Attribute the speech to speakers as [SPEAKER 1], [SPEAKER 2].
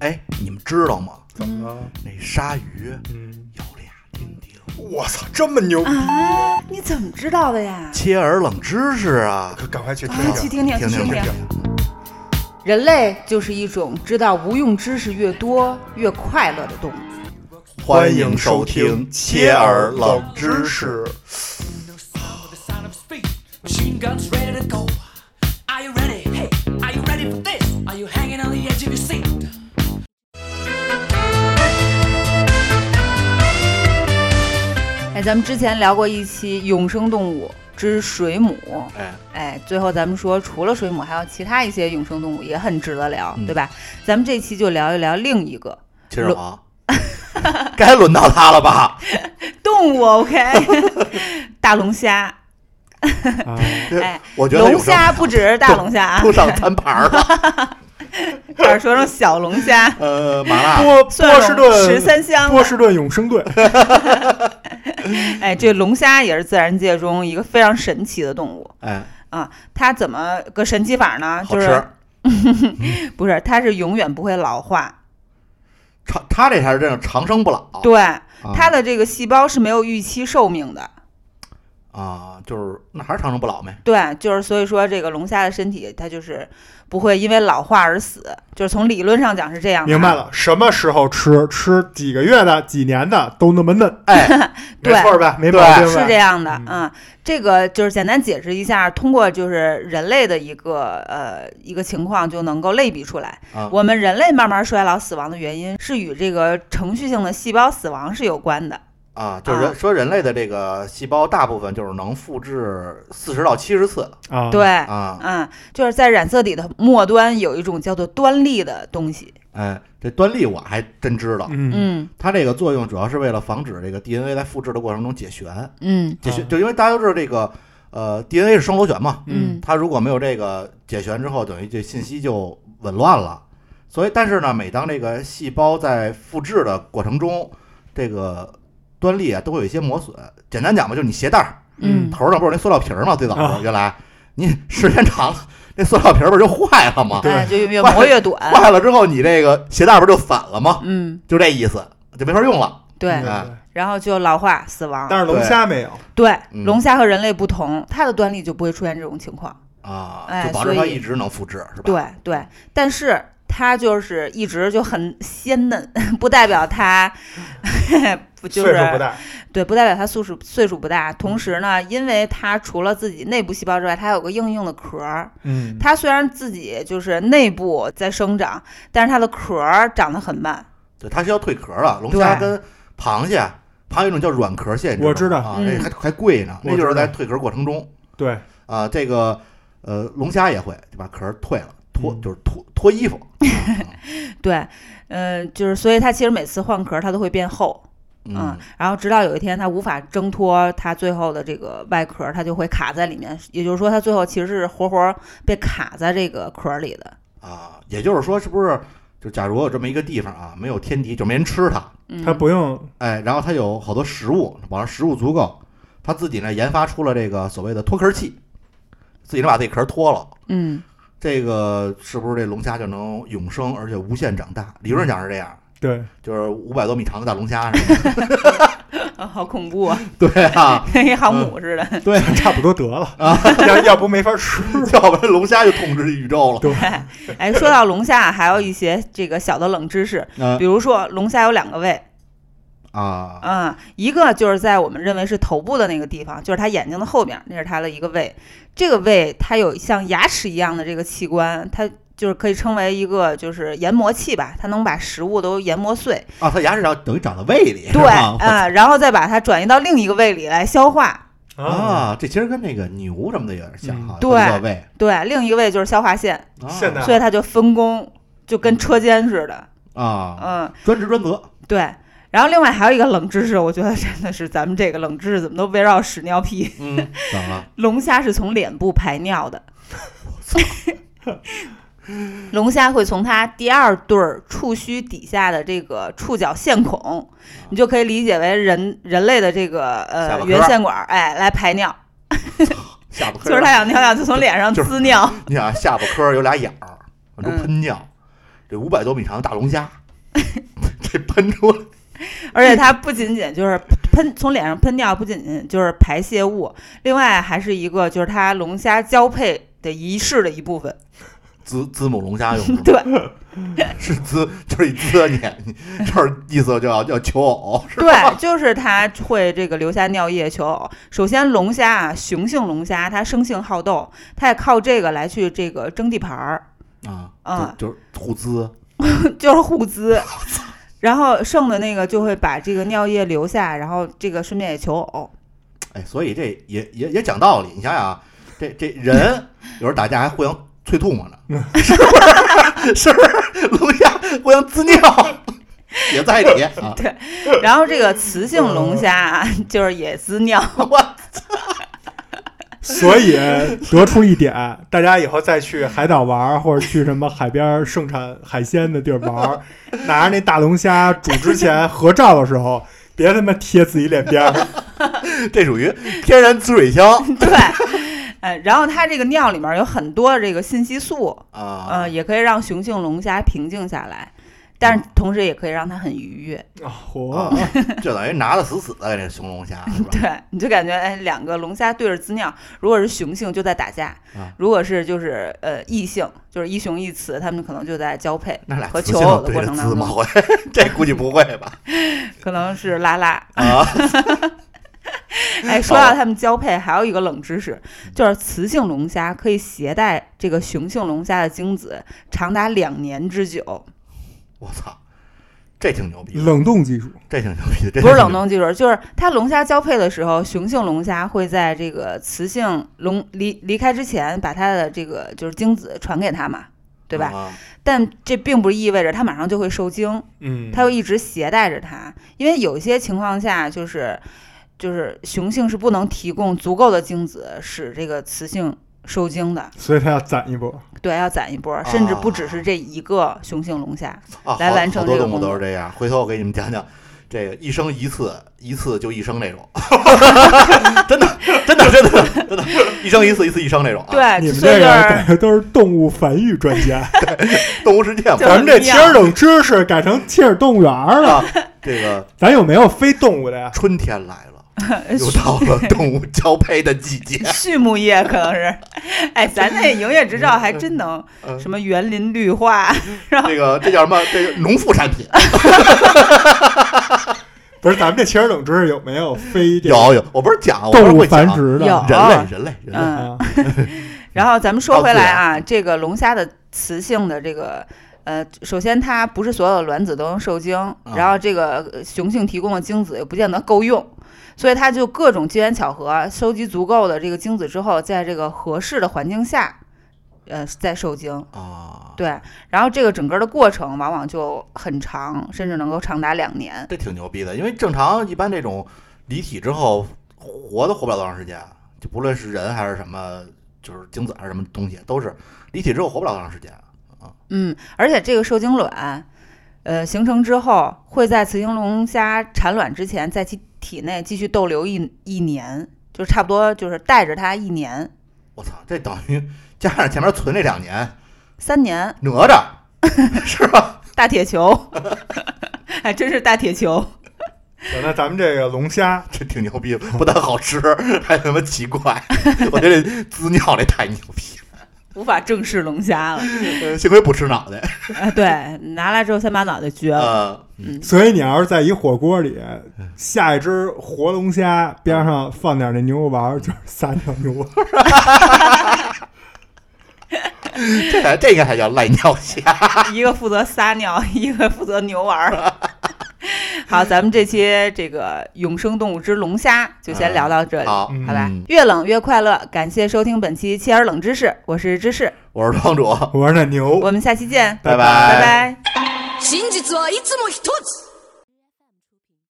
[SPEAKER 1] 哎知道吗？
[SPEAKER 2] 怎么了？
[SPEAKER 1] 那鲨鱼
[SPEAKER 2] 嗯，
[SPEAKER 1] 有俩钉钉。
[SPEAKER 2] 我操，这么牛！
[SPEAKER 3] 啊，你怎么知道的呀？
[SPEAKER 1] 切耳冷知识啊！
[SPEAKER 2] 可赶快去听
[SPEAKER 3] 啊，去
[SPEAKER 2] 听。
[SPEAKER 3] 听听，去
[SPEAKER 1] 听听
[SPEAKER 3] 听
[SPEAKER 1] 听
[SPEAKER 3] 听。
[SPEAKER 4] 人类就是一种知道无用知识越多越快乐的动物。
[SPEAKER 1] 欢迎收听切耳冷知识。
[SPEAKER 5] with the sound of speed. Machine guns ready to go. Are you ready? Hey, are you ready for this? Are you hanging on the edge of your seat?
[SPEAKER 4] 哎，咱们之前聊过一期永生动物之水母，
[SPEAKER 1] 哎，
[SPEAKER 4] 哎，最后咱们说除了水母，还有其他一些永生动物也很值得聊，
[SPEAKER 1] 嗯
[SPEAKER 4] 对吧？咱们这期就聊一聊另一个
[SPEAKER 1] 秦始皇， 该轮到他了吧？
[SPEAKER 4] 动物，OK？大龙虾，
[SPEAKER 2] 啊
[SPEAKER 4] 哎，
[SPEAKER 1] 我觉得
[SPEAKER 4] 龙虾不只是大龙虾啊，
[SPEAKER 1] 都上餐盘了。、
[SPEAKER 4] 差点说成小龙虾
[SPEAKER 1] 呃，麻辣
[SPEAKER 2] 波
[SPEAKER 4] 蒜
[SPEAKER 2] 波士
[SPEAKER 4] 蓉啊十
[SPEAKER 2] 顿，
[SPEAKER 4] 三香啊
[SPEAKER 2] 波
[SPEAKER 4] 了。
[SPEAKER 2] 士顿永生 队。
[SPEAKER 4] 哎，这龙虾也是自然界中一个非常神奇的动物。
[SPEAKER 1] 哎，
[SPEAKER 4] 啊，它怎么个神奇法呢？
[SPEAKER 1] 好
[SPEAKER 4] 就
[SPEAKER 1] 吃。
[SPEAKER 4] 是不是它是永远不会老化，
[SPEAKER 1] 长他这才是真正长生不老。
[SPEAKER 4] 对，
[SPEAKER 1] 啊
[SPEAKER 4] 它的这个细胞是没有预期寿命的。
[SPEAKER 1] 啊，就是那还是长生不老呗。
[SPEAKER 4] 对，就是所以说这个龙虾的身体它就是不会因为老化而死，就是从理论上讲是这样的。
[SPEAKER 2] 明白。了，什么时候吃，吃几个月的、几年的都那么嫩，
[SPEAKER 1] 哎，
[SPEAKER 2] 没
[SPEAKER 4] 对
[SPEAKER 2] 错吧？没毛
[SPEAKER 1] 对
[SPEAKER 2] 病
[SPEAKER 4] 是
[SPEAKER 2] 吧
[SPEAKER 4] 这？样的，
[SPEAKER 2] 嗯
[SPEAKER 4] 嗯，这个就是简单解释一下，通过就是人类的一个呃一个情况就能够类比出来。
[SPEAKER 1] 啊
[SPEAKER 4] 我们人类慢慢衰老死亡的原因是与这个程序性的细胞死亡是有关的。
[SPEAKER 1] 啊，就是人
[SPEAKER 4] 啊
[SPEAKER 1] 说人类的这个细胞大部分就是能复制四十到七十次
[SPEAKER 2] 啊，
[SPEAKER 4] 对，
[SPEAKER 1] 啊。
[SPEAKER 4] 嗯，就是在染色体的末端有一种叫做端粒的东西。
[SPEAKER 1] 哎，这端粒我还真知道，
[SPEAKER 2] 嗯，
[SPEAKER 4] 嗯
[SPEAKER 1] 它这个作用主要是为了防止这个 DNA 在复制的过程中解旋。
[SPEAKER 4] 嗯
[SPEAKER 1] 解旋
[SPEAKER 2] 啊
[SPEAKER 1] 就因为大家都知道这个呃 DNA 是双螺旋嘛，
[SPEAKER 2] 嗯
[SPEAKER 1] 它如果没有这个解旋之后，等于这信息就紊乱了。所以，但是呢，每当这个细胞在复制的过程中，这个端粒啊都会有一些磨损。简单讲吧，就是你鞋带儿
[SPEAKER 2] 嗯
[SPEAKER 4] 嗯
[SPEAKER 1] 头上不是有那塑料皮儿吗？最早
[SPEAKER 2] 啊
[SPEAKER 1] 的原来你时间长了，那塑料皮儿不是就坏了吗？
[SPEAKER 4] 哎，就越越
[SPEAKER 1] 坏
[SPEAKER 4] 磨越短。
[SPEAKER 1] 坏了之后，你这个鞋带儿不是就散了吗？
[SPEAKER 4] 嗯，
[SPEAKER 1] 就这意思，就没法用了。
[SPEAKER 4] 对
[SPEAKER 2] 嗯，
[SPEAKER 1] 啊
[SPEAKER 4] 然后就老化死亡。
[SPEAKER 2] 但是龙虾没有，
[SPEAKER 4] 对，
[SPEAKER 1] 嗯
[SPEAKER 4] 龙虾和人类不同，它的端粒就不会出现这种情况。
[SPEAKER 1] 啊，
[SPEAKER 4] 哎
[SPEAKER 1] 就保证它
[SPEAKER 4] 所以
[SPEAKER 1] 一直能复制，是吧？
[SPEAKER 4] 对对，但是它就是一直就很鲜嫩， 不代表它 不就
[SPEAKER 2] 嗯岁数不
[SPEAKER 4] 是
[SPEAKER 2] 大，
[SPEAKER 4] 对，不代表它岁数岁数不大。同时呢，因为它除了自己内部细胞之外，它还有个硬硬的壳儿。
[SPEAKER 2] 嗯，
[SPEAKER 4] 它虽然自己就是内部在生长，但是它的壳儿长得很慢。
[SPEAKER 1] 对，它是要蜕壳了。龙虾
[SPEAKER 4] 对
[SPEAKER 1] 跟螃蟹，螃蟹有一种叫软壳蟹，你
[SPEAKER 2] 我
[SPEAKER 1] 知
[SPEAKER 2] 知
[SPEAKER 1] 道
[SPEAKER 2] 道
[SPEAKER 1] 吗啊，
[SPEAKER 4] 嗯
[SPEAKER 1] 那还还贵呢，
[SPEAKER 2] 我
[SPEAKER 1] 那就是
[SPEAKER 2] 知道
[SPEAKER 1] 在蜕壳过程中
[SPEAKER 2] 对，
[SPEAKER 1] 啊，这个呃，龙虾也会就把壳蜕了，脱
[SPEAKER 2] 嗯
[SPEAKER 1] 就是脱脱衣服，
[SPEAKER 4] 对，呃，就是所以它其实每次换壳儿它都会变厚，
[SPEAKER 1] 嗯，
[SPEAKER 4] 然后直到有一天它无法挣脱它最后的这个外壳儿，它就会卡在里面。也就是说，它最后其实是活活被卡在这个壳儿里的。
[SPEAKER 1] 啊，也就是说，是不是就假如有这么一个地方啊，没有天敌，就没人吃它，
[SPEAKER 4] 嗯，
[SPEAKER 2] 它不用
[SPEAKER 1] 哎，然后它有好多食物，保证食物足够，它自己呢研发出了这个所谓的脱壳器，自己能把这壳脱了。
[SPEAKER 4] 嗯，
[SPEAKER 1] 这个是不是这龙虾就能永生，而且无限长大？理
[SPEAKER 4] 嗯
[SPEAKER 1] 论上是这样，
[SPEAKER 2] 对，
[SPEAKER 1] 就是五百多米长的大龙虾 是吧？
[SPEAKER 4] 啊 好恐怖 啊，
[SPEAKER 1] 对 啊，
[SPEAKER 4] 跟一航母似的。
[SPEAKER 1] 对，
[SPEAKER 2] 差不多得了，
[SPEAKER 1] 啊
[SPEAKER 2] 要要不没法吃，
[SPEAKER 1] 要不然龙虾就统治宇宙了。
[SPEAKER 2] 对，
[SPEAKER 4] 哎，说到龙虾，还有一些这个小的冷知识，
[SPEAKER 1] 嗯
[SPEAKER 4] 比如说龙虾有两个胃。
[SPEAKER 1] 啊，
[SPEAKER 4] 嗯，一个就是在我们认为是头部的那个地方，就是它眼睛的后边，那是它的一个胃。这个胃它有像牙齿一样的这个器官，它就是可以称为一个就是研磨器吧，它能把食物都研磨碎，
[SPEAKER 1] 啊，它牙齿长等于长到胃里，是
[SPEAKER 4] 对，
[SPEAKER 1] 吧
[SPEAKER 4] 啊、然后再把它转移到另一个胃里来消化。
[SPEAKER 2] 啊，
[SPEAKER 1] 啊，这其实跟那个牛什么的有点像哈，
[SPEAKER 4] 嗯
[SPEAKER 1] 它叫胃。
[SPEAKER 4] 对，另一个胃就是消化腺，
[SPEAKER 1] 啊
[SPEAKER 2] 现代
[SPEAKER 4] 所以它就分工，就跟车间似的。
[SPEAKER 1] 啊，
[SPEAKER 4] 嗯，
[SPEAKER 1] 专职专责
[SPEAKER 4] 对。然后另外还有一个冷知识，我觉得真的是咱们这个冷知识怎么都围绕屎尿屁。
[SPEAKER 1] 嗯，怎么了？
[SPEAKER 4] 龙虾是从脸部排尿的。 龙虾会从它第二对儿触须底下的这个触角线孔，你就可以理解为人人类的这个
[SPEAKER 1] 下
[SPEAKER 4] 呃
[SPEAKER 1] 巴颏儿
[SPEAKER 4] 圆腺管儿，哎，来排尿，
[SPEAKER 1] 下巴颏儿啊
[SPEAKER 4] 就是它想尿尿就从脸上
[SPEAKER 1] 就是
[SPEAKER 4] 滋尿，嗯
[SPEAKER 1] 你想下巴颏儿有俩眼儿，往出喷尿，这五百多米长的大龙虾，这喷出来，
[SPEAKER 4] 而且它不仅仅就是喷从脸上喷掉，不仅仅就是排泄物，另外还是一个就是它龙虾交配的仪式的一部分。
[SPEAKER 1] 子子母龙虾用的吗
[SPEAKER 4] 对
[SPEAKER 1] 是滋， 就是一滋你，你 就是意思就要要求偶，是
[SPEAKER 4] 对，就是它会这个留下尿液求偶。首先，龙虾啊，雄性龙虾它生性好斗，它也靠这个来去这个争地盘儿。
[SPEAKER 1] 啊，
[SPEAKER 4] 嗯
[SPEAKER 1] 就就是互滋，
[SPEAKER 4] 就是互滋。然后剩的那个就会把这个尿液留下，然后这个顺便也求 偶。
[SPEAKER 1] 哎，所以这也也也讲道理，你想想啊，这这人有时候打架还互相啐吐沫呢，是不 是？是不是？龙虾互相滋尿，也在理啊，
[SPEAKER 4] 然后这个雌性龙虾啊 就是也滋尿，
[SPEAKER 2] 所以得出一 点，大家以后再去海岛玩儿，或者去什么海边儿盛产海鲜的地儿玩 儿，拿着那大龙虾煮之前合照的时候，别他妈贴自己脸边 儿。
[SPEAKER 1] 这属于天然滋水 枪
[SPEAKER 4] 对，呃，然后它这个尿里面有很多这个信息素，
[SPEAKER 1] 啊
[SPEAKER 4] 呃，。也可以让雄性龙虾平静下来，但是同时也可以让它很愉悦。
[SPEAKER 2] 啊嚯、
[SPEAKER 1] 啊，就等于拿的死死的，这雄龙虾是吧？
[SPEAKER 4] 对，你就感觉哎，两个龙虾对着滋尿，如果是雄性就在打架，
[SPEAKER 1] 啊
[SPEAKER 4] 如果是就是呃异性，就是一雄一雌，它们可能就在交配，
[SPEAKER 1] 那俩
[SPEAKER 4] 和
[SPEAKER 1] 雌
[SPEAKER 4] 求
[SPEAKER 1] 性
[SPEAKER 4] 偶的
[SPEAKER 1] 对
[SPEAKER 4] 过
[SPEAKER 1] 着
[SPEAKER 4] 程
[SPEAKER 1] 滋
[SPEAKER 4] 当
[SPEAKER 1] 吗？
[SPEAKER 4] 中
[SPEAKER 1] 会， 这估计不会吧？
[SPEAKER 4] 可能是拉拉。
[SPEAKER 1] 啊，
[SPEAKER 4] 哎，说到它们交配，还有一个冷知识，
[SPEAKER 1] 嗯
[SPEAKER 4] 就是雌性龙虾可以携带这个雄性龙虾的精子长达两年之久，
[SPEAKER 1] 我操，这挺牛逼的，
[SPEAKER 2] 冷冻技术，
[SPEAKER 1] 这挺牛逼的，这
[SPEAKER 4] 不是
[SPEAKER 1] 挺
[SPEAKER 4] 冷
[SPEAKER 1] 牛
[SPEAKER 4] 冻技术，就是它龙虾交配的时候，雄性龙虾会在这个雌性龙离离开之前，把它的这个就是精子传给它嘛，对吧？
[SPEAKER 1] 啊
[SPEAKER 4] 但这并不意味着它马上就会受精，
[SPEAKER 2] 嗯，
[SPEAKER 4] 它会一直携带着它，因为有一些情况下就是就是雄性是不能提供足够的精子使这个雌性受精的。
[SPEAKER 2] 所以他要攒一波。
[SPEAKER 4] 对，要攒一波儿，甚至不只是这一个雄性龙虾。
[SPEAKER 1] 啊，
[SPEAKER 4] 来
[SPEAKER 1] 好
[SPEAKER 4] 完成
[SPEAKER 1] 好多
[SPEAKER 4] 这个
[SPEAKER 1] 动物
[SPEAKER 4] 工
[SPEAKER 1] 都
[SPEAKER 4] 作
[SPEAKER 1] 是这样。回头我给你们讲讲这个一生一次，一次就一生那 种，真的，真的，真的，真的，一生一次，一次一生那种、啊。，
[SPEAKER 4] 对，
[SPEAKER 2] 你们
[SPEAKER 4] 哎所以
[SPEAKER 2] 这
[SPEAKER 4] 就
[SPEAKER 2] 个
[SPEAKER 4] 是
[SPEAKER 2] 感觉都是动物繁育专家，
[SPEAKER 1] 动物世界嘛，
[SPEAKER 4] 就
[SPEAKER 2] 咱们这切
[SPEAKER 4] 就是。
[SPEAKER 2] 尔冷知识改成切尔动物园儿了。
[SPEAKER 1] 这个
[SPEAKER 2] 咱有没有非动物的呀？
[SPEAKER 1] 春天来了，又到了动物交配的季节
[SPEAKER 4] 畜牧业可能是。哎，咱那营业执照还真能
[SPEAKER 1] 嗯
[SPEAKER 4] 什么园林绿化，
[SPEAKER 1] 这个这叫什么？这个农副产品
[SPEAKER 4] 哎
[SPEAKER 2] 不是，咱们这切尔冷知识有没有非这个
[SPEAKER 1] 有有，我不是讲，我不是
[SPEAKER 2] 动物
[SPEAKER 1] 会
[SPEAKER 2] 繁
[SPEAKER 1] 讲啊
[SPEAKER 2] 殖的？
[SPEAKER 4] 有
[SPEAKER 1] 人类人类人类
[SPEAKER 4] 嗯
[SPEAKER 2] 啊，
[SPEAKER 4] 然后咱们说回
[SPEAKER 1] 到自
[SPEAKER 4] 来
[SPEAKER 1] 然
[SPEAKER 4] 啊，这个龙虾的雌性的这个。呃，首先它不是所有的卵子都能受精，然后这个呃雄性提供的精子也不见得够用，所以它就各种机缘巧合啊收集足够的这个精子之后，在这个合适的环境下，呃，再受精。
[SPEAKER 1] 啊，
[SPEAKER 4] 对，然后这个整个的过程往往就很长，甚至能够长达两年。
[SPEAKER 1] 这挺牛逼的，因为正常一般这种离体之后活都活不了多长时间，就不论是人还是什么，就是精子还是什么东西，都是离体之后活不了多长时间。
[SPEAKER 4] 嗯，而且这个受精卵，呃，形成之后会在雌性龙虾产卵之前，在其体内继续逗留一一年，就差不多就是带着它一年、
[SPEAKER 1] 我操，这等于加上前面存这两年，
[SPEAKER 4] 三年，
[SPEAKER 1] 哪吒是吧？
[SPEAKER 4] 大铁球， 还真是大铁球。
[SPEAKER 2] 那咱们这个龙虾
[SPEAKER 1] 这挺牛逼，不但好吃， 还他妈奇怪。我觉得这滋尿这太牛逼了
[SPEAKER 4] 无法正视龙虾了，，
[SPEAKER 1] 呃幸亏不吃脑袋。
[SPEAKER 4] 啊，对，拿来之后先把脑袋撅了，
[SPEAKER 1] 呃，
[SPEAKER 2] 所以你要是在一火锅里下一只活龙虾，边上放点那牛肉丸儿，就是撒尿牛 丸儿。
[SPEAKER 1] 这还这应该还叫赖尿虾。
[SPEAKER 4] 一个负责撒尿，一个负责牛丸儿。 好，咱们这期这个《永生动物之龙虾》就先聊到这里。
[SPEAKER 1] 好，
[SPEAKER 2] 嗯
[SPEAKER 4] 好吧
[SPEAKER 1] 嗯，
[SPEAKER 4] 越冷越快乐。感谢收听本期《切尔冷知识》，我是芝士，
[SPEAKER 1] 我是庄主，
[SPEAKER 2] 我说那牛，
[SPEAKER 4] 我们下期见，
[SPEAKER 1] 拜
[SPEAKER 2] 拜
[SPEAKER 4] 拜拜。
[SPEAKER 5] 真実はいつも一つ